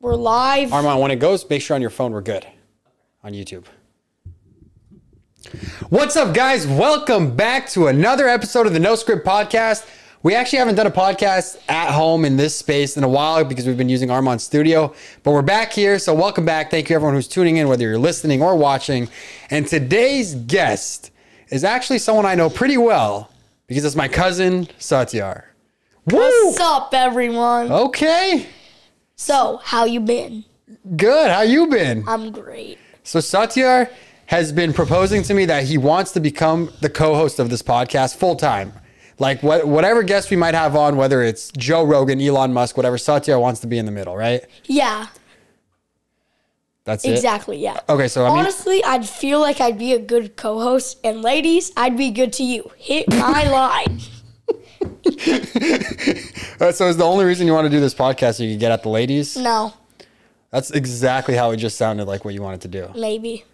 We're live. Armand, when it goes, make sure on your phone we're good on YouTube. What's up, guys? Welcome back to another episode of the No Script Podcast. We actually haven't done a podcast at home in this space in a while because we've been using Armand's studio, but we're back here. So, welcome back. Thank you, everyone who's tuning in, whether you're listening or watching. And today's guest is actually someone I know pretty well because it's my cousin, Satyar. Woo! What's up, everyone? Oh. Okay, So, how you been? good. How you been? I'm great. So Satyar has been proposing to me that he wants to become the co-host of this podcast full time. Like what, whatever guest we might have on, whether it's Joe Rogan, Elon Musk, whatever, Satyar wants to be in the middle, right? Yeah, That's it. exactly. Yeah. Okay, so Uh, I mean, Honestly, I'd feel like I'd be a good co-host, and ladies, I'd be good to you. Hit my line. uh, so is the only reason you want to do this podcast so you can get at the ladies? No, That's exactly how it just sounded like what you wanted to do. maybe.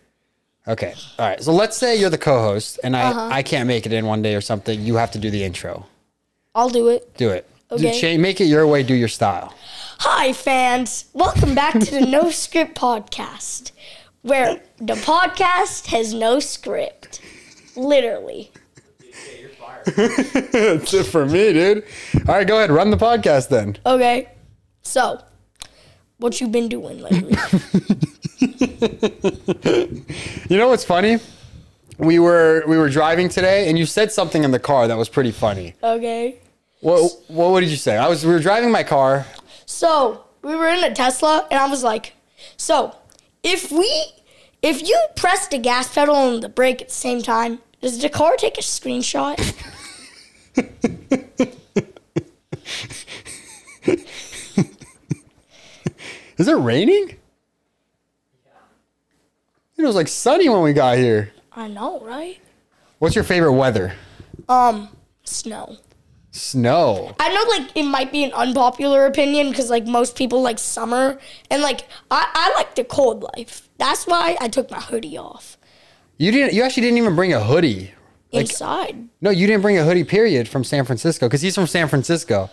Okay, all right. So let's say you're the co-host, and I I can't make it in one day or something. You have to do the intro. I'll do it. Do it. Do, Okay. cha- make it your way. Do your style. Hi, fans. Welcome back to the No Script Podcast, where the podcast has no script. Literally. That's it for me, dude. All right, go ahead. Run the podcast then. Okay. So, what you been doing lately? You know what's funny? We were we were driving today, and you said something in the car that was pretty funny. okay. What what, what did you say? I was we were driving my car. So we were in a Tesla, and I was like, "So if we, if you press the gas pedal and the brake at the same time, does the car take a screenshot?" Is it raining? It was like sunny when we got here. I know, right? What's your favorite weather? Um, snow. Snow. I know, like it might be an unpopular opinion because like most people like summer, and like I, I like the cold life. That's why I took my hoodie off You didn't. You actually didn't even bring a hoodie. inside. No, you didn't bring a hoodie. Period. From San Francisco, because he's from San Francisco.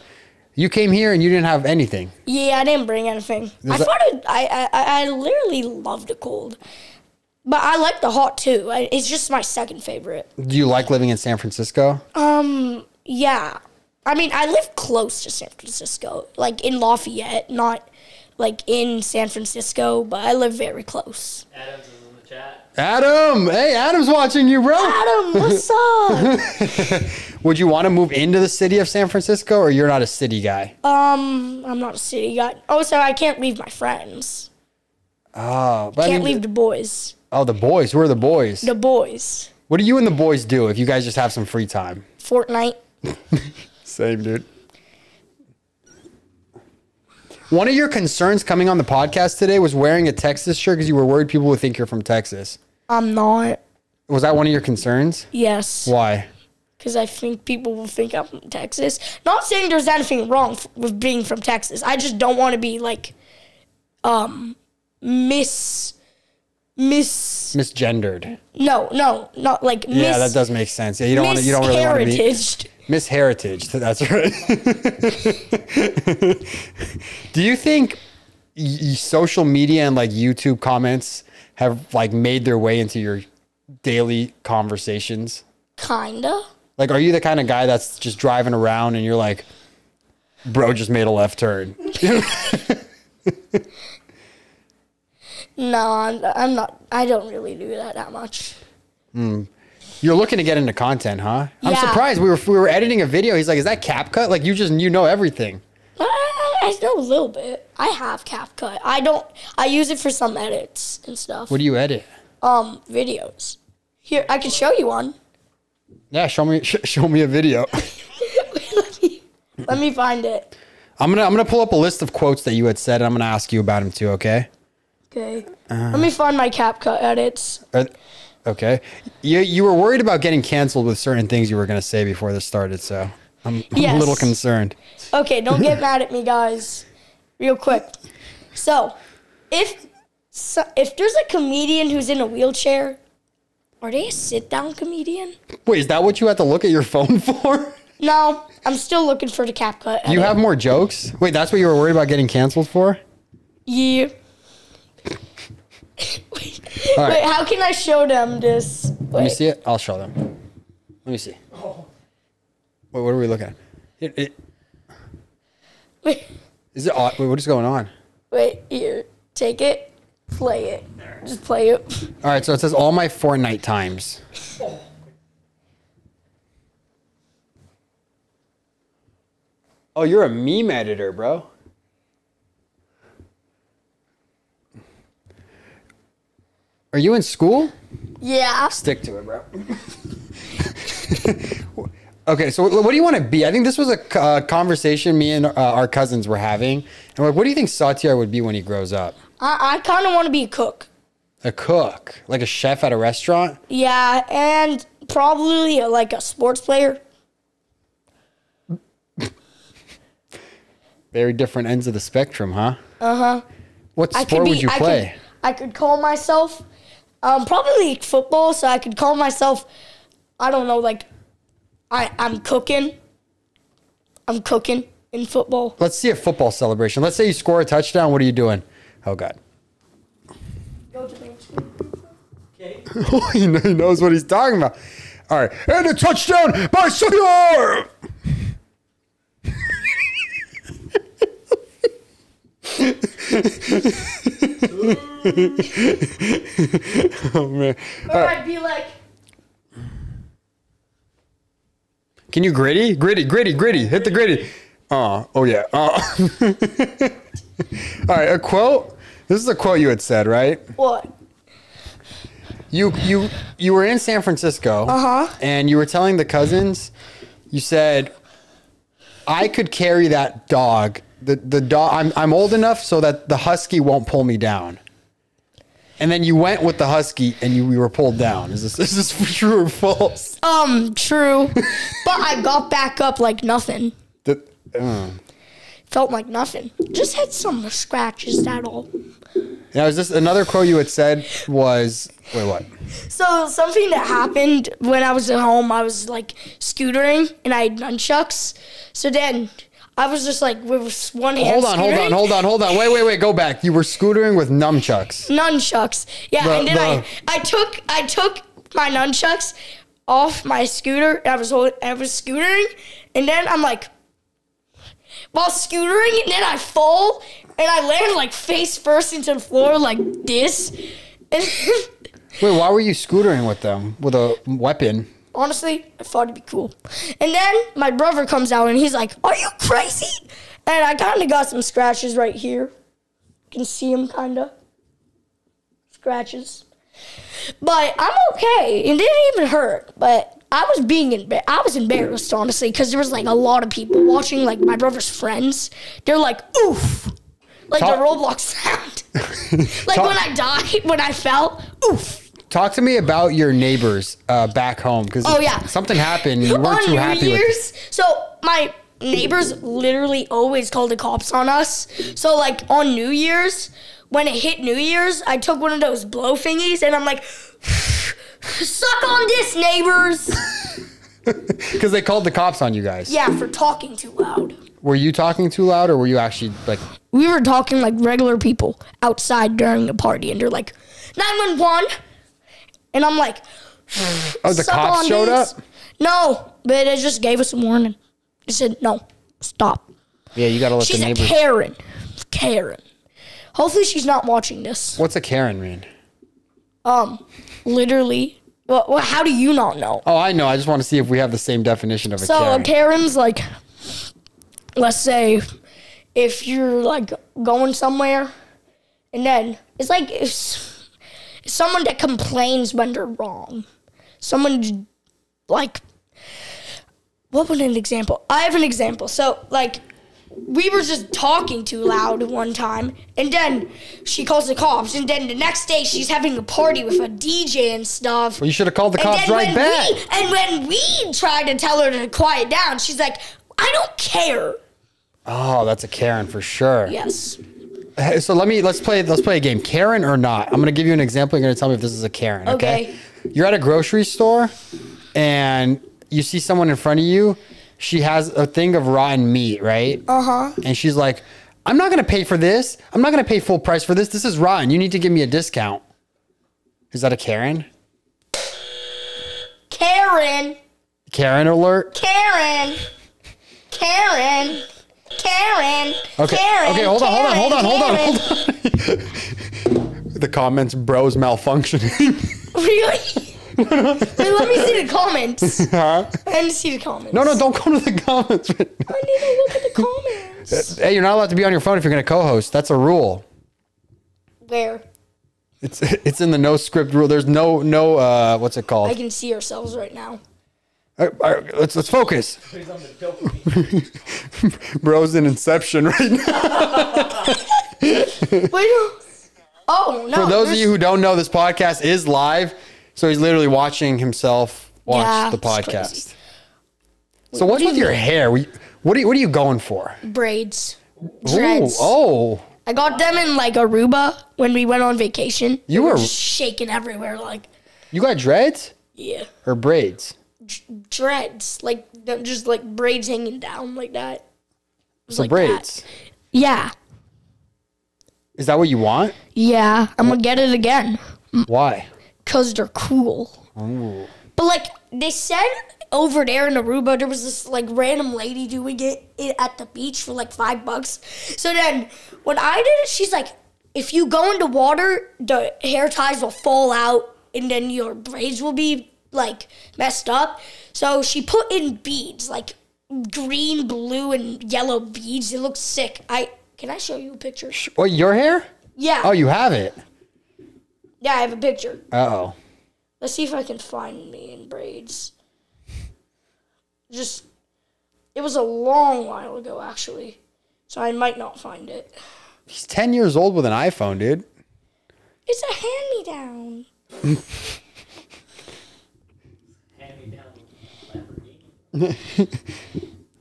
You came here and you didn't have anything. Yeah, I didn't bring anything. I that- thought it, I, I I literally love the cold, but I like the hot too. I, it's just my second favorite. Do you like living in San Francisco? Um, yeah. I mean, I live close to San Francisco, like in Lafayette, not like in San Francisco, but I live very close. Adams is in the chat. Adam. Hey, Adam's watching you, bro. Adam, what's up? Would you want to move into the city of San Francisco or you're not a city guy? um, I'm not a city guy. Also, I can't leave my friends. Oh, but I Can't mean- leave the boys. Oh, the boys. Who are the boys? The boys. What do you and the boys do if you guys just have some free time? Fortnite. Same, dude. One of your concerns coming on the podcast today was wearing a Texas shirt because you were worried people would think you're from Texas. I'm not. Was that one of your concerns? Yes, Why? because I think people will think I'm from Texas. Not saying there's anything wrong f- with being from Texas. I just don't want to be like, um, miss, miss. Misgendered. No, no, not like miss. yeah, that does make sense. Yeah, you don't want to. You don't really want to be misheritaged. Miss Heritage. That's right. Do you think y- y- social media and like YouTube comments have like made their way into your daily conversations? Kinda. Like, are you the kind of guy that's just driving around and you're like, bro, just made a left turn? No, I'm, I'm not. I don't really do that that much. You're looking to get into content, huh? I'm Yeah. surprised. We were we were editing a video. He's like, is that cap cut? Like, you just you know everything. I, I, I know a little bit. I have CapCut. I don't. I use it for some edits and stuff. What do you edit? um, videos. Here, I can show you one. Yeah, show me sh- show me a video. let, me, let me find it. I'm gonna I'm gonna pull up a list of quotes that you had said, and I'm gonna ask you about them too. Okay. Okay. Uh. let me find my CapCut edits. Are- okay. You you were worried about getting canceled with certain things you were gonna say before this started, so I'm, I'm a little Yes. concerned. Okay, don't get mad at me, guys. Real quick. So, if so, if there's a comedian who's in a wheelchair, are they a sit-down comedian? Wait, is that what you had to look at your phone for? No, I'm still looking for the cap cut. You edit. have more jokes. Wait, that's what you were worried about getting canceled for? Yeah. wait, All right. wait, how can I show them this? Let me Wait. see it. I'll show them. Let me see. Wait, what are we looking at? It, it, Wait, is it? au- Wait, what is going on? wait, here. Take it. Play it. Just play it. All right, so it says all my Fortnite times. Oh, you're a meme editor, bro. Are you in school? Yeah. Stick to it, bro. okay, so what do you want to be? I think this was a c- uh, conversation me and uh, our cousins were having. And we're like, what do you think Satyar would be when he grows up? I, I kind of want to be a cook. A cook, like a chef at a restaurant? Yeah, and probably uh, like a sports player. Very different ends of the spectrum, huh? Uh huh. What sport would you I play? Could, I could call myself um, probably football, so I could call myself. I don't know, like I I'm cooking. I'm cooking in football. Let's see a football celebration. Let's say you score a touchdown. What are you doing? Oh God! he kn- he knows what he's talking about. All right, and a touchdown by Satyar. oh man! All Or right. I'd be like, Can you gritty? Gritty, gritty, gritty. Hit the gritty. Uh, oh yeah. Uh. All right, a quote. This is a quote you had said, right? what? You you you were in San Francisco. Uh-huh. And you were telling the cousins, you said, I could carry that dog. The the dog I'm I'm old enough so that the husky won't pull me down. And then you went with the husky and you, you were pulled down. Is this is this true or false? Um, true, but I got back up like nothing. The- uh. Felt like nothing. Just had some scratches. That all. Now, is this another quote you had said was, wait, what? So something that happened when I was at home, I was like scootering and I had nunchucks. So then I was just like with one hand. Hold on, hold on, hold on, hold on. Wait, wait, wait, go back. You were scootering with nunchucks. Nunchucks. Yeah, The- and then I the- I took I took my nunchucks off my scooter. And I was hold, I was scootering, and then I'm like while scootering, and then I fall and I land like face first into the floor like this. And Wait, why were you scootering with them? With a weapon? Honestly, I thought it'd be cool. And then my brother comes out and he's like, Are you crazy? And I kind of got some scratches right here. You can see him kind of. Scratches. But I'm okay. It didn't even hurt. But I was being embar- I was embarrassed, honestly, because there was like a lot of people watching, like my brother's friends. They're like, Oof. Like Talk- the Roblox sound. like Talk- when I died, when I fell, oof. Talk to me about your neighbors uh, back home. Because Oh, yeah. something happened. You weren't on too New happy with Year's. So my neighbors literally always called the cops on us. So like on New Year's, when it hit New Year's, I took one of those blow thingies and I'm like, suck on this, neighbors. Because they called the cops on you guys. yeah, for talking too loud. Were you talking too loud or were you actually like, We were talking like regular people outside during the party, and they're like, 911. And I'm like, oh, the suck cops on showed this. up? No, but it just gave us a warning. It said, no, stop. Yeah, you got to let She's the a neighbors. Karen. Karen. Hopefully she's not watching this. What's a Karen mean? Um, literally. Well, well how do you not know? Oh, I know. I just want to see if we have the same definition of a So Karen. a Karen's like, let's say, if you're like going somewhere, and then it's like if s- someone that complains when they're wrong, someone j- like, what would an example? I have an example. So like, we were just talking too loud one time, and then she calls the cops, and then the next day she's having a party with a DJ and stuff. Well, you should have called the cops then right when back. We, and when we tried to tell her to quiet down, she's like, I don't care. Oh, that's a Karen for sure. Yes. Hey, So let me let's play let's play a game. Karen or not? I'm gonna give you an example. You're gonna tell me if this is a Karen. Okay. You're at a grocery store, and you see someone in front of you. She has a thing of rotten meat, right? Uh huh. And she's like, I'm not going to pay for this. I'm not going to pay full price for this. This is rotten. You need to give me a discount. Is that a Karen? Karen, Karen alert. Karen, Karen, Karen, Okay. Karen. okay, hold on, Karen, hold on, hold on, Karen. hold on, hold on. the comments bros malfunctioning. Really? Wait, let me see the comments. Huh? I need to see the comments. no, no, don't go to the comments. I need to look at the comments. hey, you're not allowed to be on your phone if you're going to co-host. That's a rule. Where? It's it's in the no script rule. There's no no uh what's it I called? can see ourselves right now. All right, all right, let's let's focus. Bros in Inception right now. Wait. Oh no. For those of you who don't know, this podcast is live, so he's literally watching himself watch Yeah, the it's podcast. crazy. So what's with your hair? We- What are you, what are you going for? braids, Ooh, dreads. oh, I got them in like Aruba when we went on vacation. They You were- just shaking everywhere, like you got dreads yeah, or braids? dreads, like th- just like braids hanging down like that. It was So like braids. that. Yeah, Is that what you want? yeah. I'm gonna get it again Why? because they're cool. But like they said over there in Aruba, there was this like random lady doing it, it at the beach for like five bucks. So then when I did it, she's like, if you go into water, the hair ties will fall out and then your braids will be like messed up. So she put in beads, like green, blue, and yellow beads. It looks sick. I can I show you a picture? What your hair? Yeah. Oh, you have it. yeah, I have a picture. Uh oh. Let's see if I can find me in braids. Just, it was a long while ago, actually. So I might not find it. He's ten years old with an iPhone, dude. It's a hand me down.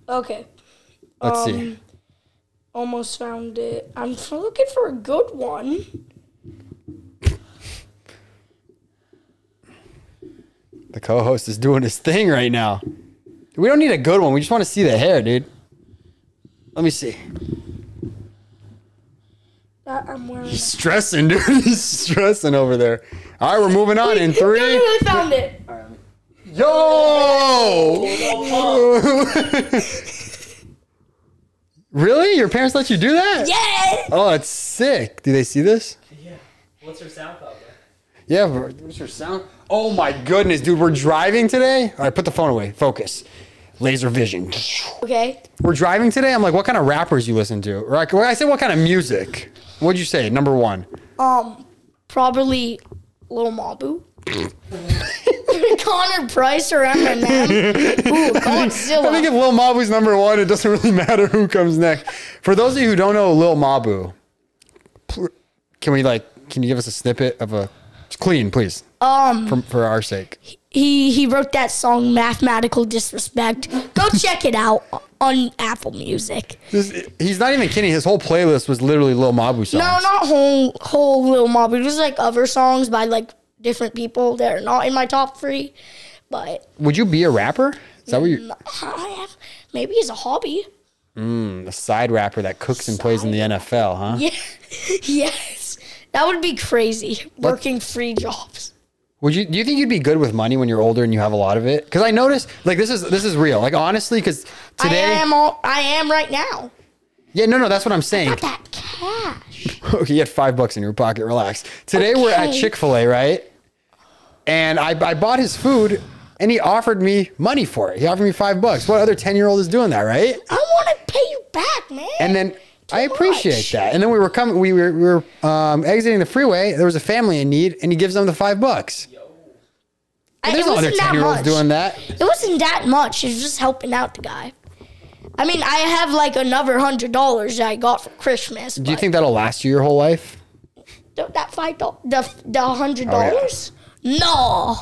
Okay, Let's see. almost found it. I'm f- looking for a good one. The co-host is doing his thing right now. We don't need a good one. We just want to see the hair, dude. Let me see. That I'm wearing. He's stressing, dude. He's stressing over there. All right, we're moving on in No, no, three. no, I found it. Yo! really? Your parents let you do that? Yeah! Oh, it's sick. Do they see this? Yeah. What's her sound called? Yeah. bro. What's your sound? Oh my goodness, dude. We're driving today. All right, put the phone away. Focus. Laser vision. Okay, We're driving today. I'm like, what kind of rappers you listen to? Or I, well, I said, what kind of music? What'd you say? Number one. um, probably Lil Mabu. Connor Price or Eminem. Ooh, Godzilla. I think if Lil Mabu's number one, it doesn't really matter who comes next. For those of you who don't know Lil Mabu, pl- can we like, can you give us a snippet of a it's clean, please? Um, for, for our sake. he he wrote that song mathematical disrespect go check it out on apple music This, he's not even kidding. His whole playlist was literally Lil Mabu songs. no not whole whole little mob it was like other songs by like different people that are not in my top three but Would you be a rapper? Is that what you're i have maybe as a hobby a side rapper that cooks and plays in the NFL, huh? yeah yes that would be crazy working free jobs Would you do you think you'd be good with money when you're older and you have a lot of it? Because I noticed like this is this is real. Like honestly, because today i am all i am right now Yeah, no, no, that's what I'm saying. got that cash Okay, you had five bucks in your pocket. Relax. Today we're at Okay. Chick Fil A, right? And I, I bought his food, and he offered me money for it. He offered me five bucks. What other ten year old is doing that, right? i want to pay you back man And then I appreciate much. that. And then we were coming, we were, we were um, exiting the freeway. There was a family in need, and he gives them the five bucks. I, There's it no wasn't that other ten year olds much. doing that. It wasn't that much. It was just helping out the guy. I mean, I have like another hundred dollars that I got for Christmas. Do you think that'll last you your whole life? that five dollars, the the hundred Oh, dollars? No,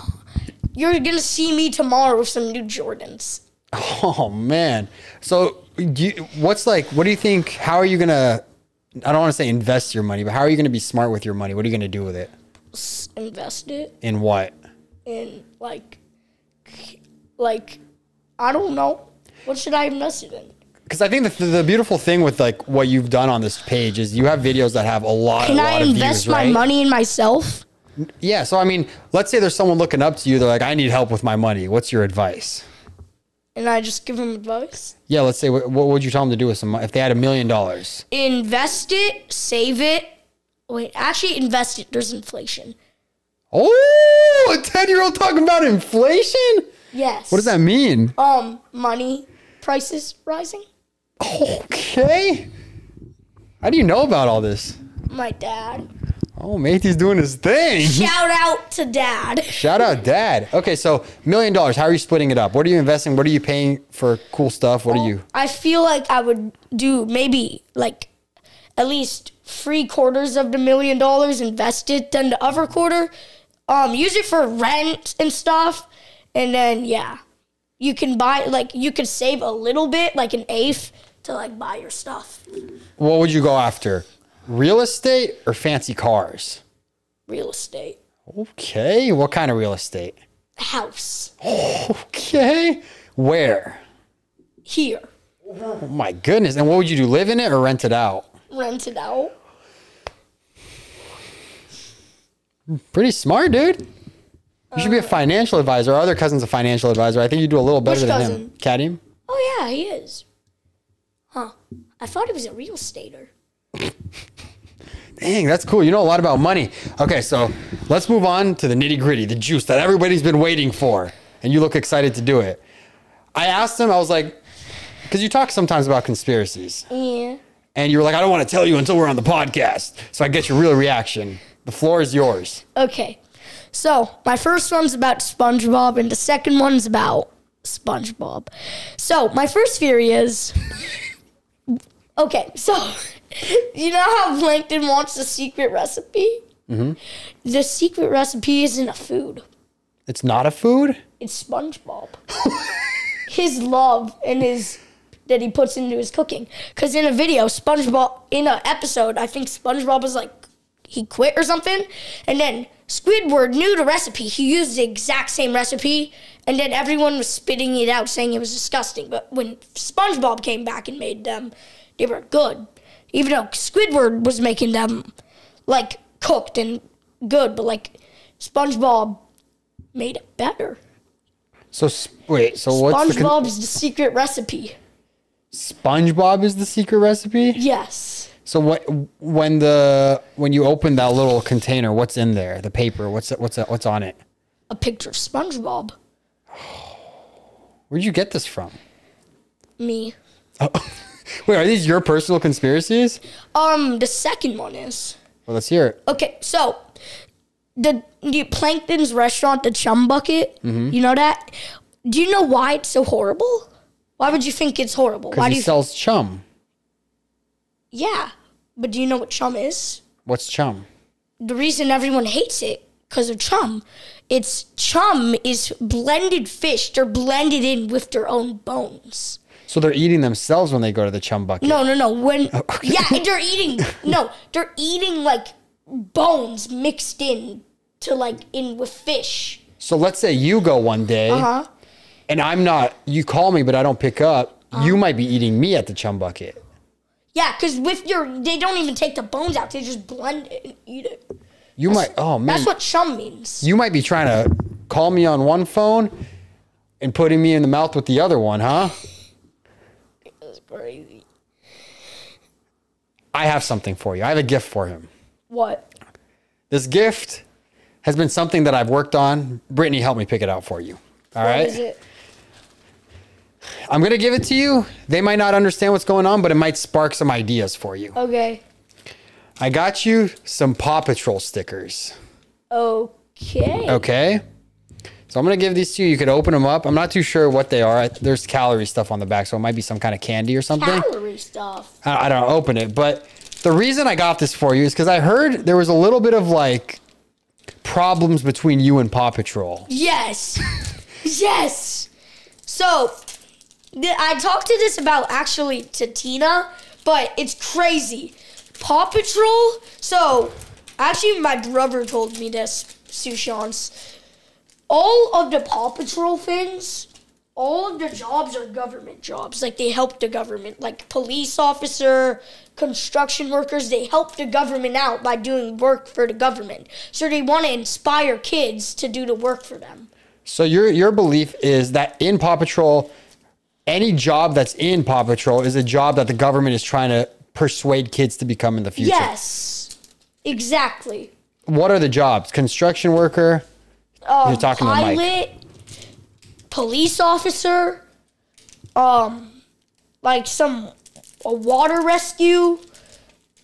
you're gonna see me tomorrow with some new Jordans. Oh man. So do you, what's like what do you think how are you going to I don't want to say invest your money, but how are you going to be smart with your money? What are you going to do with it? S- Invest it In what? in like, like, I don't know. What should I invest it in? because I think the, the beautiful thing with like what you've done on this page is you have videos that have a lot. Can a lot I of invest views, my right? money in myself? Yeah. So I mean, let's say there's someone looking up to you. They're like, I need help with my money. What's your advice? And I just give him advice. Yeah. Let's say what, what would you tell them to do with some mon- if they had a million dollars? Invest it, save it. Wait, actually invest it. There's inflation. Oh, a ten year old talking about inflation. Yes. What does that mean? Um, money prices rising. Okay. How do you know about all this? My dad. Oh, Matey's doing his thing. Shout out to dad. Shout out, Dad. Okay, so million dollars. How are you splitting it up? What are you investing? What are you paying for cool stuff? What are you? I feel like I would do maybe like at least three quarters of the million dollars invested, then the other quarter, um, use it for rent and stuff, and then yeah, you can buy like you can save a little bit, like an eighth, to like buy your stuff, What would you go after? Real estate or fancy cars? real estate, Okay, what kind of real estate? house Okay, where? here, Oh my goodness! And what would you do? Live in it or rent it out? rent it out. Pretty smart, dude. You Uh, should be a financial advisor. Our other cousin's a financial advisor. I think you do a little better Which than him. cousin? Kadim? Oh yeah, he is. Huh? I thought he was a real estater. Dang, that's cool. You know a lot about money. Okay, so let's move on to the nitty gritty, the juice that everybody's been waiting for. And you look excited to do it. I asked him, I was like, because you talk sometimes about conspiracies. Yeah. And you were like, I don't want to tell you until we're on the podcast. So I get your real reaction. The floor is yours. Okay. So, my first one's about SpongeBob, and the second one's about SpongeBob. So, my first theory is okay, so you know how Plankton wants the secret recipe? Mm-hmm. The secret recipe isn't a food, It's not a food? it's SpongeBob. his love and his that he puts into his cooking. Because in a video, SpongeBob, in an episode, I think SpongeBob was like, he quit or something. And then Squidward knew the recipe. He used the exact same recipe. And then everyone was spitting it out, saying it was disgusting. But when SpongeBob came back and made them, they were good. Even though Squidward was making them like cooked and good, but like SpongeBob made it better. So, s- wait, so what's the. Con- SpongeBob's the secret recipe. SpongeBob is the secret recipe? Yes. So what when the when you open that little container, what's in there? The paper, what's what's what's on it? A picture of SpongeBob. Where'd you get this from? Me. Wait, are these your personal conspiracies? Um, the second one is. Well, let's hear it. Okay, so the, the Plankton's restaurant, the Chum Bucket, Mm-hmm. you know that? Do you know why it's so horrible? Why would you think it's horrible? Why do Because he you sells chum. Yeah. But do you know what chum is? What's chum? The reason everyone hates it because of chum. It's chum is blended fish. They're blended in with their own bones. So they're eating themselves when they go to the chum bucket. No, no, no. When Oh, yeah, they're eating. No, they're eating like bones mixed in to like in with fish. So let's say you go one day, Huh? Uh-huh. and I'm not. You call me, but I don't pick up. you might be eating me at the chum bucket. Yeah, because with your they don't even take the bones out. They just blend it and eat it. You might. Oh man, That's what chum means. you might be trying to call me on one phone and putting me in the mouth with the other one, huh? That's crazy. I have something for you. I have a gift for him. What? This gift has been something that I've worked on. Brittany, help me pick it out for you. All right. What is it? I'm gonna give it to you. They might not understand what's going on, but it might spark some ideas for you. Okay. I got you some Paw Patrol stickers. Okay. Okay. So I'm gonna give these to you. You could open them up. I'm not too sure what they are. There's calorie stuff on the back, so it might be some kind of candy or something. Calorie stuff. I, I don't open it, but the reason I got this for you is because I heard there was a little bit of like problems between you and Paw Patrol. Yes. yes. So, th- I talked to this about actually to Tina, but it's crazy. Paw Patrol. So, actually, my brother told me this, Sushans. All of the Paw Patrol things all of the jobs are government jobs. Like they help the government, like police officer, construction workers. They help the government out by doing work for the government. So they want to inspire kids to do the work for them. So your your belief is that in Paw Patrol, any job that's in Paw Patrol is a job that the government is trying to persuade kids to become in the future. Yes, exactly. What are the jobs? Construction worker. Um, You're talking to Mike. pilot, police officer, um, like some a water rescue.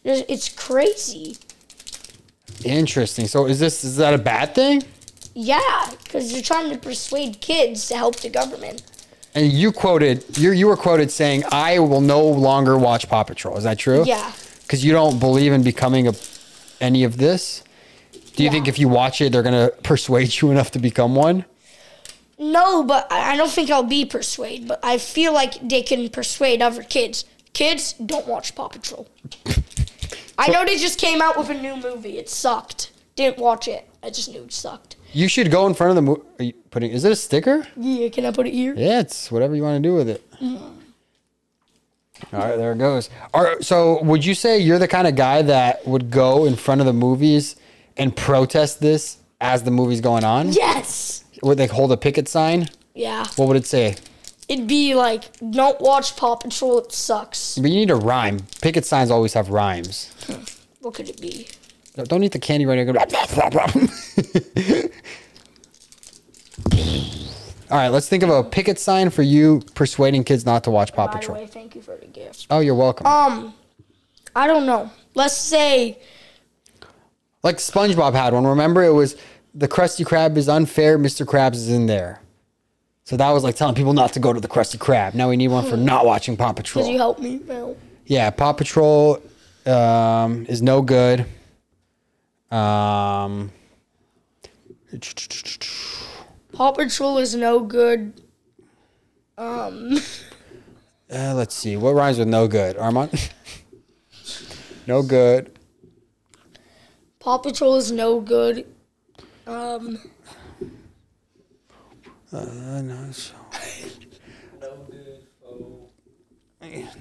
There's- It's crazy. Interesting. So is this is that a bad thing? Yeah, because you're trying to persuade kids to help the government. And you quoted you you were quoted saying I will no longer watch Paw Patrol. Is that true? Yeah. Because you don't believe in becoming a any of this. Do you Yeah. think if you watch it, they're gonna persuade you enough to become one? No, but I I don't think I'll be persuaded. But I feel like they can persuade other kids. Kids, don't watch Paw Patrol. I know they just came out with a new movie. It sucked. Didn't watch it. I just knew it sucked. You should go in front of the. Mo- are you putting? Is it a sticker? Yeah, can I put it here? Yeah, it's whatever you want to do with it. All right, there it goes. All right, so would you say you're the kind of guy that would go in front of the movies and protest this as the movie's going on? Yes. Would they hold a picket sign? Yeah. What would it say? It'd be like, don't watch Paw Patrol. It sucks. But you need a rhyme. Picket signs always have rhymes. What could it be? No, Don't eat the candy right now. All right, let's think of a picket sign for you persuading kids not to watch Paw By the Patrol. way, thank you for the gift. Oh, you're welcome. Um, I don't know. Let's say Like SpongeBob had one. Remember, it was the Krusty Krab is unfair. Mr. Krabs is in there. So that was like telling people not to go to the Krusty Krab. Now we need one for not watching Paw Could you Patrol. help me? No. Yeah, Paw Patrol um, is no good. Um, Paw Patrol is no good. uh, let's see. What rhymes with no good? Armand? no good. Paw Patrol is no good. Um, Uh, no, it's- No good foe.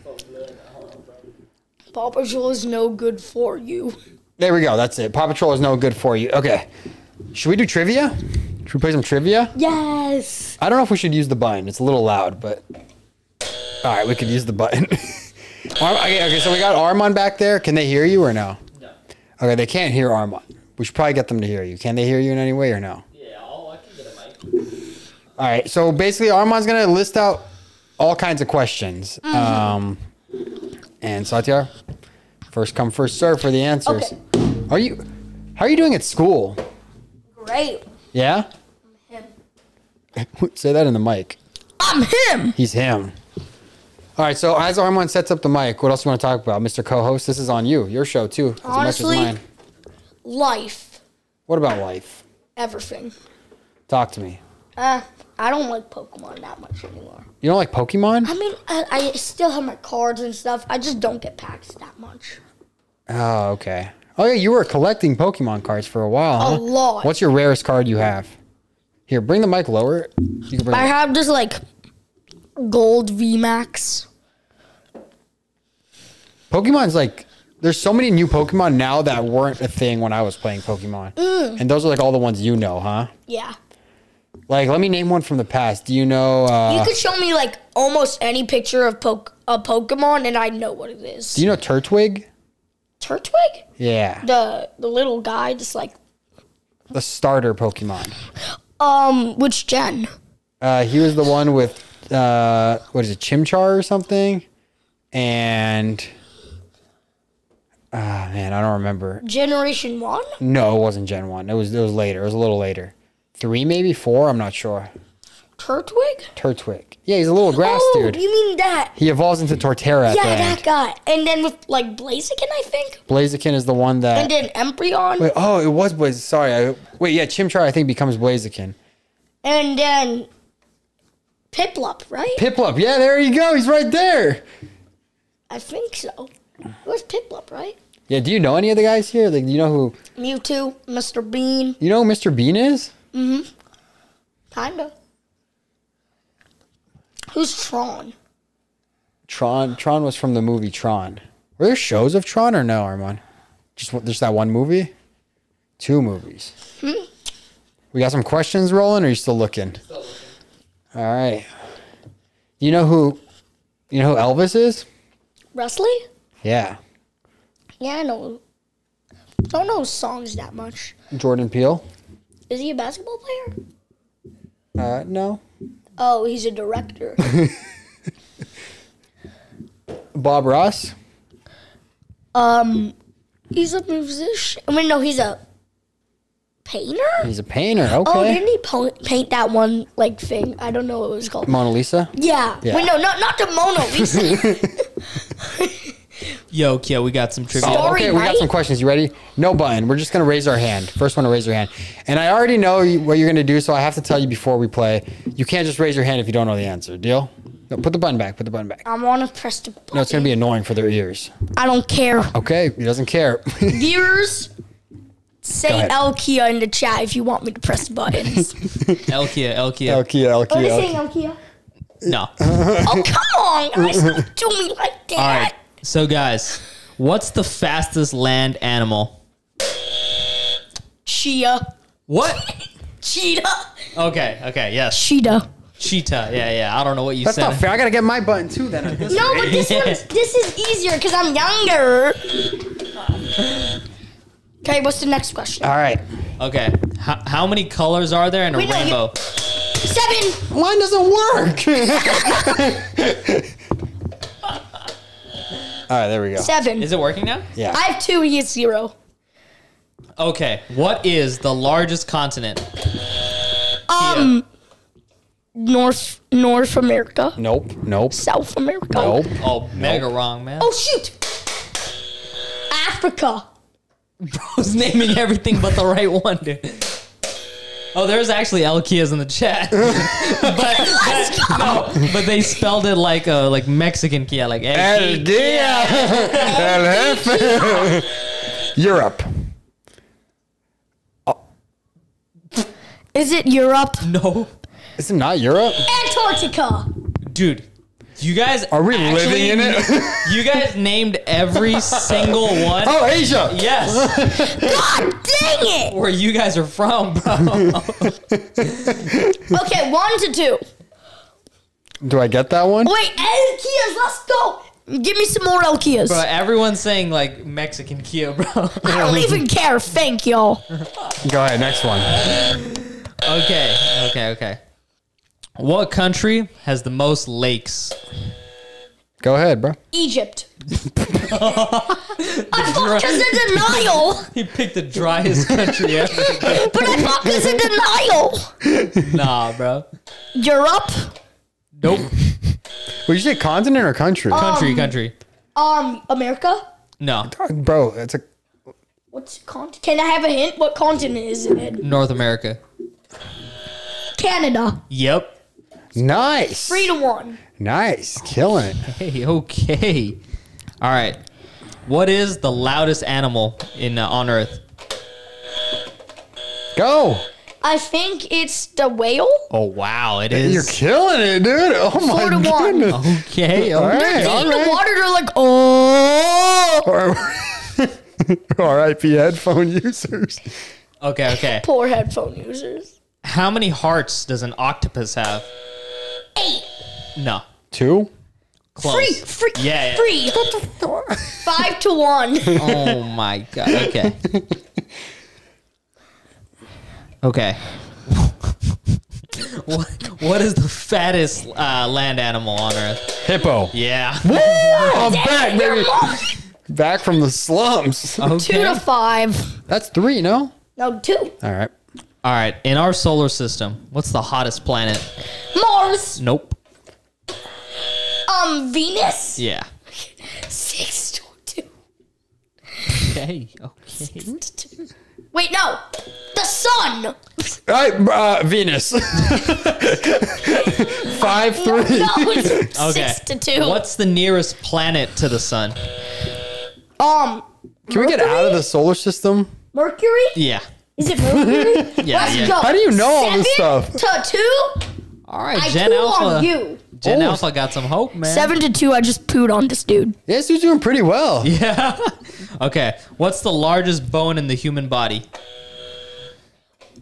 Foe blood, uh-huh, bro. Paw Patrol is no good for you. There we go. That's it. Paw Patrol is no good for you. Okay. Should we do trivia? Should we play some trivia? Yes. I don't know if we should use the button. It's a little loud, but all right, we could use the button. Ar- okay, okay, so we got Armand back there. Can they hear you or no? No. Okay, they can't hear Armand. We should probably get them to hear you. Can they hear you in any way or no? Yeah, I'll, I can get a mic. All right, so basically, Armand's gonna list out all kinds of questions. Um, and Satyar, first come, first serve for the answers. Are you? How are you doing at school? Great. Yeah. Him. Say that in the mic. I'm him. He's him. All right, so as Armand sets up the mic, what else you want to talk about, Mr. Co-host? This is on you, your show too, as Honestly- Life. What about life? Everything. Talk to me. Uh, I don't like Pokemon that much anymore. You don't like Pokemon? I mean, I, I still have my cards and stuff. I just don't get packs that much. Oh, okay. Oh yeah, you were collecting Pokemon cards for a while. A Huh? lot. What's your rarest card you have? Here, bring the mic lower. You can bring. I it- have this like gold VMAX. Pokemon's like. There's so many new Pokemon now that weren't a thing when I was playing Pokemon, Mm. and those are like all the ones you know, huh? Yeah. Like, let me name one from the past. Do you know? Uh, You could show me like almost any picture of poke a Pokemon and I know what it is. do you know Turtwig? Turtwig? Yeah, The the little guy just like the starter Pokemon. um which gen? Uh, he was the one with uh, what is it, Chimchar or something, and ah man, I don't remember. Generation 1? No, it wasn't Gen One. It was it was later. It was a little later, three maybe four. I'm not sure. Turtwig? Turtwig. Yeah, he's a little grass oh, dude. you mean that? He evolves into Torterra at Yeah, the end. that guy. And then with like Blaziken, I think. Blaziken is the one And that. then Embryon. Wait, oh, it was Blaziken. Sorry, I, wait, yeah, Chimchar I think becomes Blaziken. And then Piplup, right? Piplup. Yeah, there you go. He's right there. I think so. Where's Piplup, right? Yeah, do you know any of the guys here? Like, do you know who? Mewtwo, Mr. Bean, You know who Mr. Bean is? kinda. Who's Tron? Tron. Tron was from the movie Tron. Were there shows of Tron or no, Armand? Just one- just that one movie. Two movies. We got some questions rolling. Or are you still looking? Still looking. All right. You know who? You know who Elvis is? Wesley? Yeah, Yeah, I know. Don't know his songs that much. Jordan Peele. Is he a basketball player? Uh, no, Oh, he's a director. Bob Ross. um, he's a musician. I mean, no, he's a painter. He's a painter. Okay. Oh, didn't he po- paint that one like thing? I don't know what it was called. Mona Lisa. Yeah. Yeah. Wait, no, not not the Mona Lisa. Yo, yeah, we got some trivia. Stop. okay, Story, we got right? some questions. You ready? No button. We're just gonna raise our hand. First one to raise your hand. And I already know you- what you're gonna do, so I have to tell you before we play. You can't just raise your hand if you don't know the answer. Deal? No, put the button back. Put the button back. I'm gonna press the button. No, it's gonna be annoying for their ears. I don't care. Okay, he doesn't care. Viewers, Go say ahead. Elkia in the chat if you want me to press the buttons. Elkia, Elkia. Elkia, What Elkia. is saying, Elkia. Elkia? No. Oh, come on, guys. Don't do me like that. All right. So, guys, what's the fastest land animal? Chia. What? Cheetah. Okay. Okay. Yes. Cheetah. Cheetah. Yeah. Yeah. I don't know what you That's said. not fair. I gotta get my button too. Then. I guess. No, but this one's this is easier because I'm younger. Okay, what's the next question? All right. Okay. How, how many colors are there in a Wait, no, you- rainbow? Seven. Mine doesn't work. All right, there we go. Seven. Is it working now? Yeah. I have two. He has zero. Okay. What is the largest continent? Um, North North America, Nope. Nope. South America. Nope. Oh, mega wrong, man. Oh shoot! Africa. I was naming everything but the right one, dude. Oh, there's actually Elkias in the chat, but, but no, but they spelled it like uh, like Mexican Kia, like E El El- Dia El Jefe. Europe. Is it Europe? no, Is it not Europe? Antarctica. dude. You guys Are we living in it? you guys named every single one. oh, Asia. Yes, God dang it! where you guys are from, bro. Okay, one to two. Do I get that one? Wait, Elkias, let's go. Give me some more Elkias. But everyone's saying like Mexican Kia, bro. I don't even care. Thank y'all. Go ahead, next one. Okay, okay, okay. What country has the most lakes? Go ahead, bro. Egypt. I fucked us in denial, He picked the driest country ever. but I fucked us in denial. nah, bro. Europe. Nope. Would you say continent or country? Country, country. Um, America. No. bro, that's a. What's continent? Can I have a hint? What continent is it in? North America. Canada. Yep. Nice. Three to one. Nice. Killing it. Hey, okay. All right. What is the loudest animal in uh, on Earth? Go. I think it's the whale. Oh wow, it You're killing it, dude. Oh my Four to one. goodness. okay. All all right. right. They're All in the right. water. They're like, oh, RIP headphone users. Okay, okay. poor headphone users. How many hearts does an octopus have? Eight, No. Two. Close. free, free, Yeah, yeah. free. Five to one. Oh my god. Okay. okay. what, what is the fattest uh, land animal on Earth? Hippo. Yeah. Woo! I'm Dang, back, you're baby. wrong. Back from the slums. Two to five. That's three, no? No, two. All right. All right. In our solar system, what's the hottest planet? Mars. Nope. Um, Venus. Yeah. Six to two. Okay. Okay. Wait, no. The sun. All right, uh, Venus. Five, three. No, it's Okay. six to two. What's the nearest planet to the sun? Um, Can we get out of the solar system? Mercury. Yeah. Is it Mercury? Yeah. Let's yeah. go. How do you know all this Seven stuff? To two. All right, I Gen two Alpha. on you. Gen Oh. Alpha got some hope, man. Seven to two, I just pooed on this dude. This dude's doing pretty well. Yeah. okay. What's the largest bone in the human body?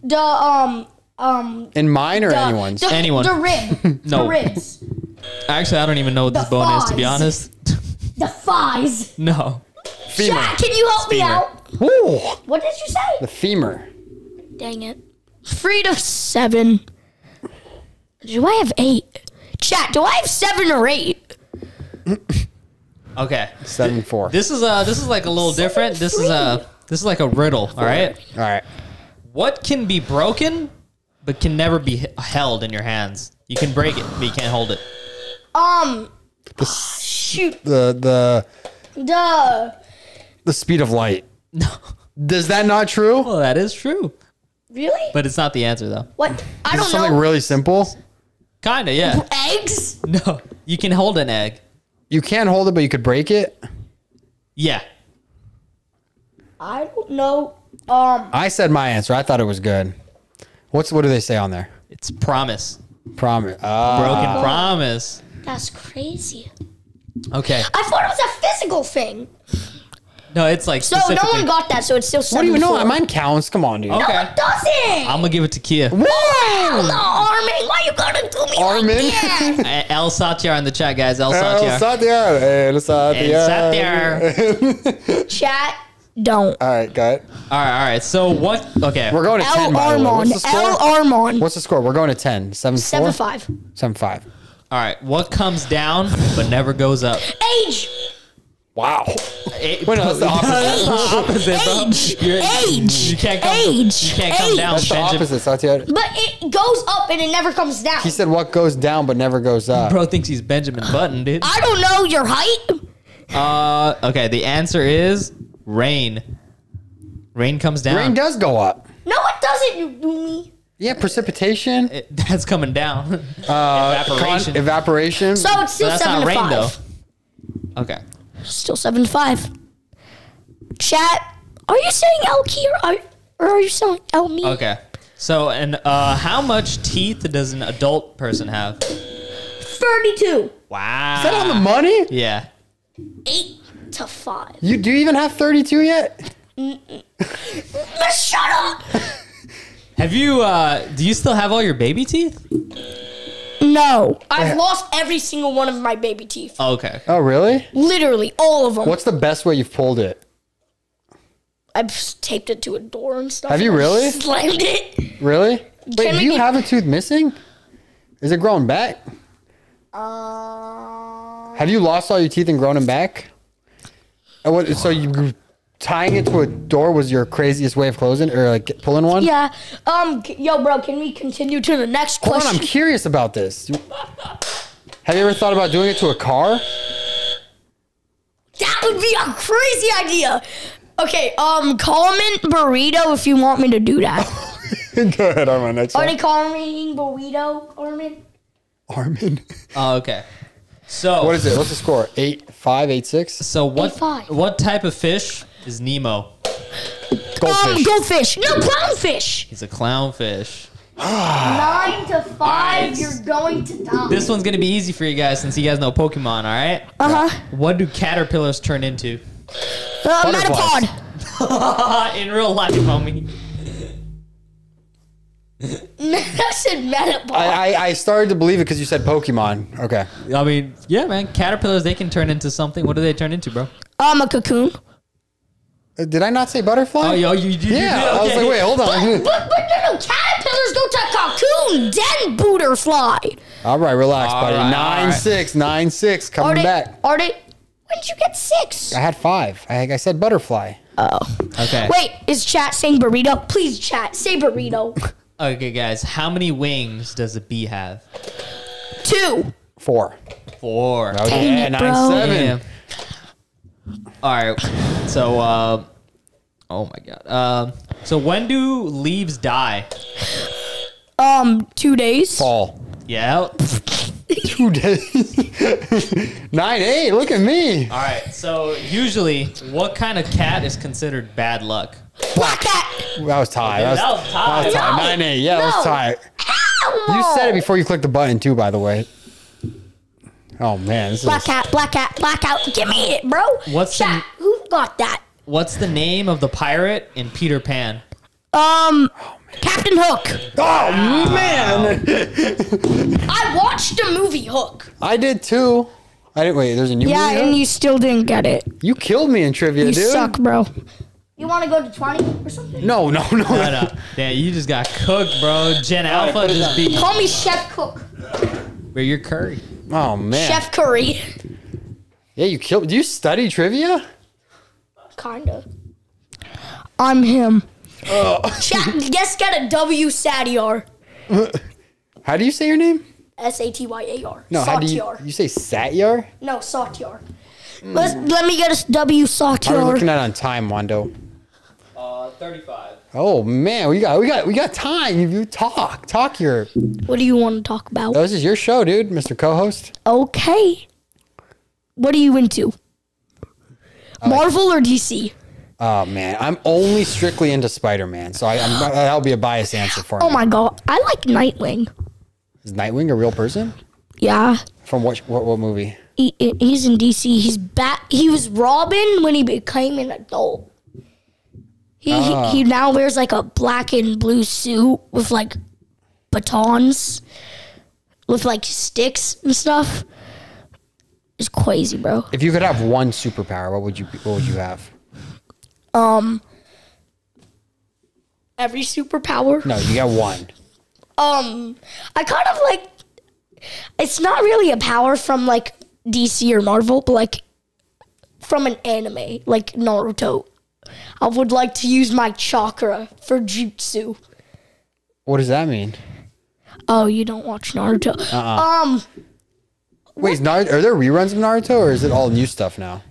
The um um In mine or the, anyone's? the, Anyone. the rib, No. the ribs, Actually, I don't even know what this The bone is to be thighs. honest. the thighs. no. Femur. Jack, can you help me Femur. out? Ooh, What did you the say? femur. Dang it. Three to seven. Do I have eight? Chat, do I have seven or eight? Okay. Seven four. This is uh this is like a little different. This is uh this is like a riddle, all right? All right. What can be broken but can never be h- held in your hands? You can break it, but you can't hold it. Um, shoot, The the the the speed of light. No. Does that not true? Well, that is true, really? but it's not the answer though. What? I Is it don't something know. really simple? Kind of, yeah. Eggs? No. You can hold an egg. You can hold it, but you could break it. Yeah. I don't know. Um, I said my answer. I thought it was good. What's what do they say on there? It's promise. Promise. Uh, Broken Uh-huh. promise. that's crazy. Okay. I thought it was a physical thing. No, it's like So no specifically- one got that. So it's still what seven. do you know? four. Mine counts. Come on, dude. Oh. No, Okay. it doesn't. I'm gonna give it to Kia. Hell no, Armin. Why you gotta do me Armin? like that? Uh, El Satyar in the chat, guys. El Satyar. Satyar. El El Satyar. Chat, don't. All right, got it. all right, all right. So what? Okay. We're going to ten. L By the way. What's Armon. the score? L Armon. What's the score? We're going to 10. 7 Seven five. 7 5. all right. What comes down but never goes up? Age. Wow. It- Wait, no, that's the opposite. That's the opposite, bro. Age. You're- Age. You can't come. Age. You can't come Age. down, That's the Benjamin. opposite. Satyar. But it goes up and it never comes down. He said what goes down but never goes up. Bro thinks he's Benjamin Button, dude. I don't know your height. Uh, okay. The answer is rain. Rain comes down. Rain does go up. No, it doesn't, you dummy. Yeah, precipitation, It- that's coming down. uh, con- evaporation. evaporation. So it's So still that's seven not to rain five. though. Okay. Still seven to five. Chat, are you saying El Key or are, or are you saying El Me? Okay. So and uh, how much teeth does an adult person have? Thirty-two. Wow. Is that on the money? Yeah. Eight to five. You do you even have 32 yet? But shut up. Have you? uh Do you still have all your baby teeth? No, I've lost every single one of my baby teeth. Oh, okay. Oh, really? Literally all of them. What's the best way you've pulled it? I've s- taped it to a door and stuff. Have you and I really? Slammed it. Really? Wait, Can do we you get- have a tooth missing? Is it growing back? Uh, Have you lost all your teeth and grown them back? And what, so you tying it to a door was your craziest way of closing or like pulling one? yeah. Um. c- Yo, bro, can we continue to the next Hold on, I'm question? curious about this. You- Have you ever thought about doing it to a car? That would be a crazy idea. Okay, um, comment burrito if you want me to do that. Go ahead, Armin. Next Are they commenting burrito, Armin? Armin. Oh, okay. So What is it? What's the score? Eight, five, eight, six. So what? Eight five. What type of fish is Nemo? Um, Goldfish. goldfish. No, clownfish. He's a clownfish. Nine to five, you're going to die. This one's gonna be easy for you guys since you guys know Pokemon. All right. uh huh. What do caterpillars turn into? Ah, Uh, Butterflies. metapod. In real life, homie. I said metapod. I, I, I started to believe it because you said Pokemon. Okay. I mean, yeah, man. Caterpillars they can turn into something. What do they turn into, bro? I'm a cocoon. Uh, Did I not say butterfly? Oh, yo, you, you, you yeah. did, I was okay. like, wait, hold on. But but no no caterpillars go to cocoon then butterfly. All right, relax, All buddy. right, all nine right. six, nine six, Are coming they? back. Are they? When did you get six? I had five. I, I said butterfly. Okay. Wait, is chat saying burrito? Please chat say burrito. Okay, guys. How many wings does a bee have? Two. Four. Four. Oh, Dang yeah, it, nine bro. seven. Yeah. All right. So, uh, oh my god. Um, so when do leaves die? Um, two days. Fall. Yeah. All Two days. nine eight. Look at me. right. So usually, what kind of cat is considered bad luck? Black cat. That was tight. That That was, was that tied. was tight. No. Oh. Nine eight. Yeah, that was No. tight. Ow! You said it before you clicked the button too. By the way. Oh man, this Black is hat, black hat, black out. Give me it, bro. What's the- Shaq, Who got that? What's the name of the pirate in Peter Pan? Um, Captain Hook. oh man. I watched the movie Hook. I did too. I didn't wait. There's a new Yeah, movie. out? and you still didn't get it. Oh, You killed me in trivia, You dude. suck, bro. You want to go to twenty or something? No, no, no. No, no. Yeah, you just got cooked, bro. Gen Alpha just beat Call me Chef Cook. where you're curry. Oh man. Chef Curry. Yeah, you killed. Do you study trivia? Kinda. I'm him. Oh. Shaq, guess get a W E Satyar. How do you say your name? S A T Y A R. No, how do you? Hmm. You say Satyar? No, E Satyar. Let's, let me get a W E How are we looking Satyar. at on time, Wando? Uh, 35. Oh man, we got we got we got time. You- You talk, talk your. oh, What do you want to talk about? This is your show, dude, Mr. Co-host. Okay. What are you into? Marvel or DC? Oh man, I'm only strictly into Spider-Man, so I, I'm, that'll be a biased answer for me. Oh my god, I like Nightwing. Is Nightwing a real person? Yeah. From what what, what movie? He, he's in DC. He's bat. He was Robin when he became an adult. He, he he now wears like a black and blue suit with like batons, with like sticks and stuff. It's crazy, bro. If you could have one superpower, what would you be- what would you have? Um, every superpower. No, you got one. um I kind of like it's not really a power from like DC or Marvel, but like from an anime, like Naruto. I would like to use my chakra for jutsu. What does that mean? Oh, you don't watch Naruto. Um Wait, is Naruto, are there reruns of Naruto, or is it all new stuff now?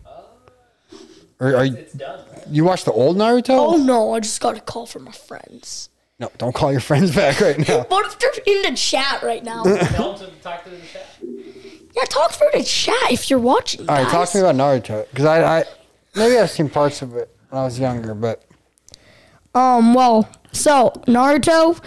Or are you, It's done, right? you watch the old Naruto? oh no, I just got a call from my friends. No, don't call your friends back right now. What if they're in the chat right now? yeah, Tell them to talk to the chat. talk through the chat if you're watching. All right, guys. talk to me about Naruto, because I, I maybe I've seen parts of it when I was younger, but Um, well, so Naruto,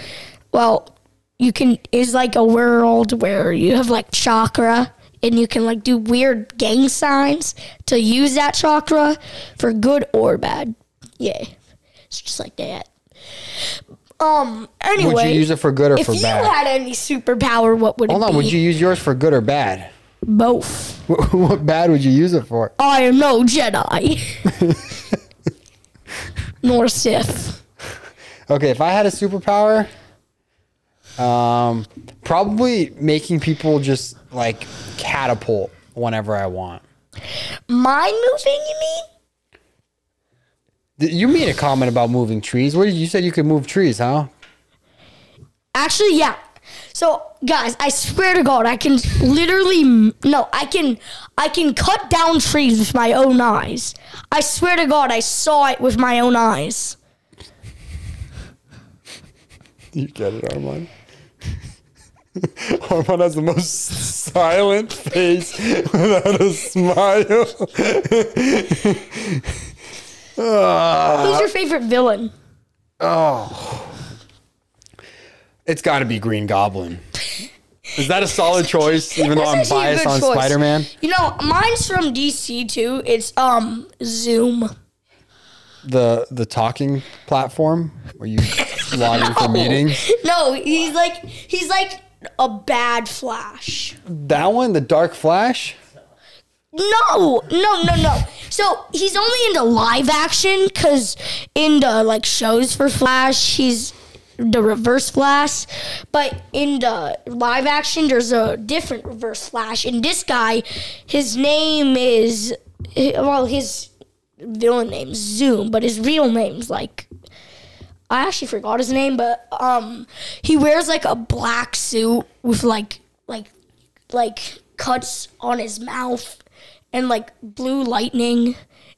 well, you can is like a world where you have like chakra and you can like do weird gang signs to use that chakra for good or bad. Yeah. It's just like that. Um, anyway, would you use it for good or if for you bad? had any superpower, what would Hold it on, be? would you use yours for good or bad? Both. What, what bad would you use it for? I am no Jedi. Nor Sith. Okay, if I had a superpower, um, probably making people just like catapult whenever I want. Mind moving, you mean? Th- You made a comment about moving trees. What did you said you could move trees, huh? Actually, yeah. So, guys, I swear to God, I can literally no, I can I can cut down trees with my own eyes. I swear to God, I saw it with my own eyes. You get it, Armand. Armand has the most silent face without a smile. Who's your favorite villain? Oh. it's got to be Green Goblin. Is that a solid choice, even though I'm That's actually a biased good on choice. Spider Man? You know, mine's from DC too. It's um Zoom. The the talking platform where you log in for meetings. No, he's like he's like a bad Flash. That one, the Dark Flash. No, no, no, no. So he's only into live action because in the like shows for Flash, he's the Reverse Flash. But in the live action, there's a different Reverse Flash. And this guy, his name is well, his villain name's Zoom, but his real name's like I actually forgot his name, but um, he wears like a black suit with like like like cuts on his mouth and like blue lightning,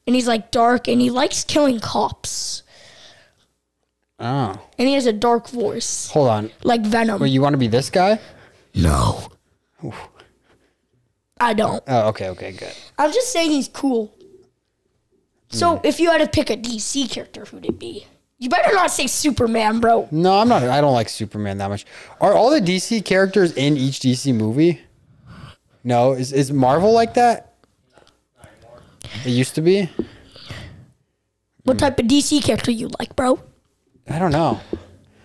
and he's like dark and he likes killing cops Oh, and he has a dark voice hold on. like Venom. Wait, you want to be this guy? no, I don't. Oh, okay, okay, good. I'm just saying he's cool. So if you had to pick a DC character, who'd it be? You better not say Superman, bro. No, I'm not. I don't like Superman that much. Are all the DC characters in each DC movie? No, is is Marvel like that? It used to be. What type of DC character you like, bro? I don't know.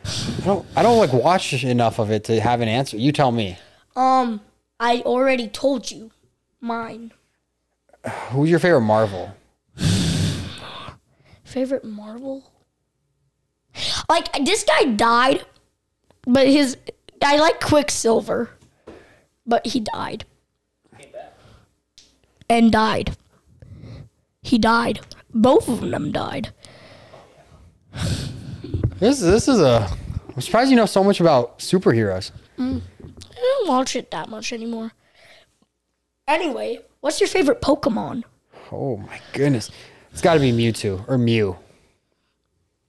I don't. I don't like watch enough of it to have an answer. You tell me. Um, I already told you mine. Who's your favorite Marvel? Favorite Marvel? Like this guy died, but his I like Quicksilver, but he died Came back. and died. He died. Both of them died. This this is a. I'm surprised you know so much about superheroes. I don't watch it that much anymore. Anyway, what's your favorite Pokemon? Oh my goodness, it's got to be Mewtwo or Mew.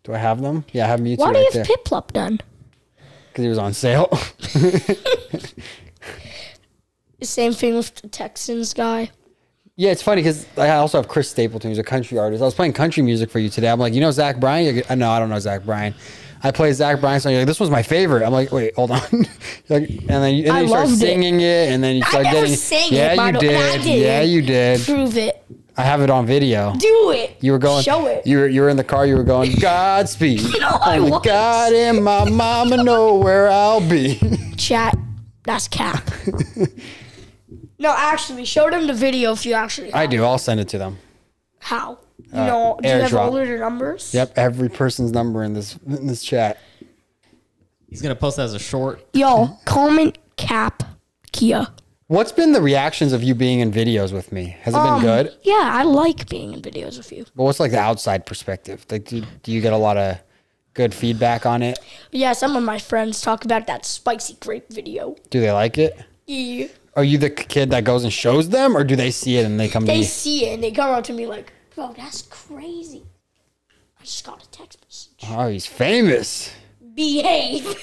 Do I have them? Yeah, I have Mewtwo Why do right you there have Piplup then? because he was on sale. Same thing with the Texans guy. yeah, it's funny because I also have Chris Stapleton, who's a country artist. I was playing country music for you today. I'm like, you know Zach Bryan? You're, like, "Uh, no, I don't know Zach Bryan. I play Zach Bryan song. You're like, this was my favorite. I'm like, wait, hold on. You're like, and then you, and I then you start loved it. singing it. and then you start never getting sang it, yeah, you Mardo, and I did. Yeah, did. you did. Prove it. I have it on video. Do it. You were going. Show it. You were you were in the car. You were going. Godspeed. No, I Only wasn't. God and my mama know where I'll be. Chat. That's cap. no, actually, show them the video if you actually. I do. I'll send it to them. How? You know, do you have airdrop. all of their numbers? Yep. Every person's number in this in this chat. He's gonna post that as a short. Yo, comment cap Kia. What's been the reactions of you being in videos with me? Has it been Um, good? Yeah, I like being in videos with you. But what's like the outside perspective? Like, do, do you get a lot of good feedback on it? Yeah, some of my friends talk about that spicy grape video. Do they like it? Yeah. Are you the kid that goes and shows them, or do they see it and they come to They you? see it and they come up to me like, bro, that's crazy. I just got a text message. Oh, he's famous. Behave.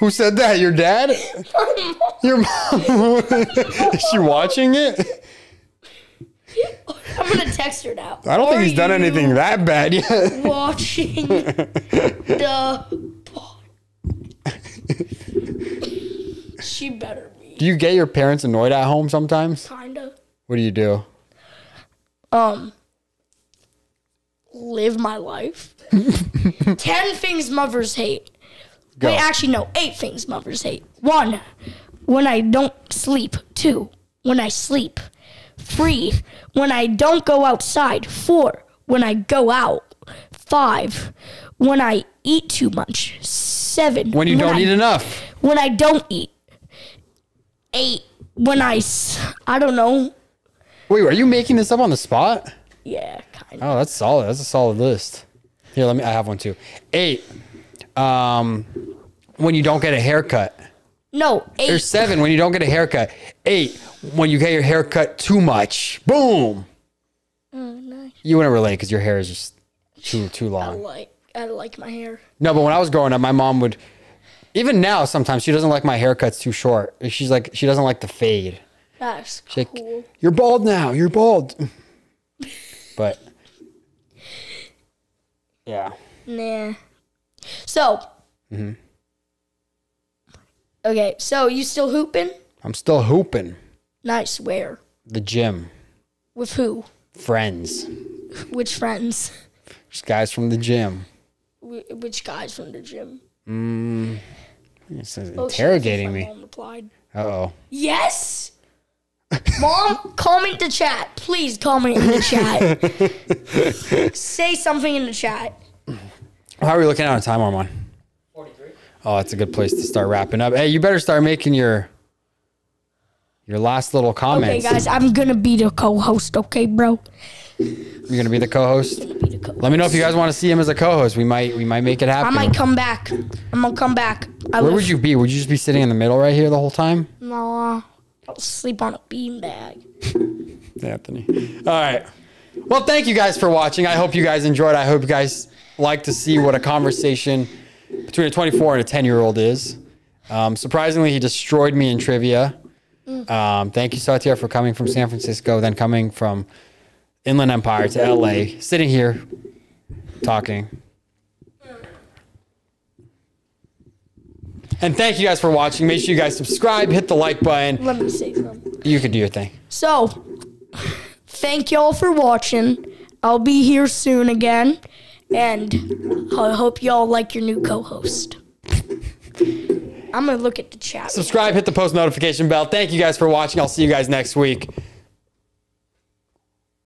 Who said that? Your dad? Your mom? Is she watching it? I'm gonna text her now. I don't think Are he's done you anything that bad yet. Watching the pod. she better be. Do you get your parents annoyed at home sometimes? Kinda. What do you do? Um. Live my life. Ten things mothers hate. Go. Wait, actually, no. Eight things mothers hate. One, when I don't sleep. Two, when I sleep. Three, when I don't go outside. Four, when I go out. Five, when I eat too much. Seven, when you don't I, eat enough. When I don't eat. Eight, when I, s- I don't know. Wait, are you making this up on the spot? Yeah, kind of. Oh, that's solid. That's a solid list. Here, let me. I have one too. Eight. Um, when you don't get a haircut. No, eight. Or seven. When you don't get a haircut. Eight. When you get your haircut too much. Boom. You wouldn't relate because your hair is just too too I long. like, I like my hair. No, but when I was growing up, my mom would, even now sometimes she doesn't like my haircuts too short. She's like she doesn't like the fade. That's She's like, cool. you're bald now. You're bald. but yeah, Nah. So. Mm-hmm. Okay, so you still hooping? I'm still hooping Nice. Where? the gym. With who? Friends, Which friends? just guys from the gym. Wh- Which guys from the gym? This is Oh, shit, interrogating my me. Mom replied. Uh oh. Yes. Mom, comment the chat. Please comment in the chat. Say something in the chat. How are we looking out of time, Armand? 43. Oh, that's a good place to start wrapping up. Hey, you better start making your your last little Okay, comments. guys, I'm gonna be the co-host. Okay, bro. You're gonna be the co-host. Be the co- Let me know if you guys want to see him as a co-host. We might we might make it happen. I might come back. I'm gonna come back. I Where will- would you be? Would you just be sitting in the middle right here the whole time? Nah, I'll sleep on a beanbag. Anthony. All right. Well, thank you guys for watching. I hope you guys enjoyed. I hope you guys like to see what a conversation between a 24 and a 10 year old is. Um, surprisingly, he destroyed me in trivia. Um, thank you, Satya, for coming from San Francisco, then coming from Inland Empire to LA, sitting here talking. And thank you guys for watching. Make sure you guys subscribe, hit the like button. Let me say something. You could do your thing. So, thank y'all for watching. I'll be here soon again, and I hope y'all like your new co-host. I'm gonna look at the chat. Subscribe, hit the post notification bell. Thank you guys for watching. I'll see you guys next week.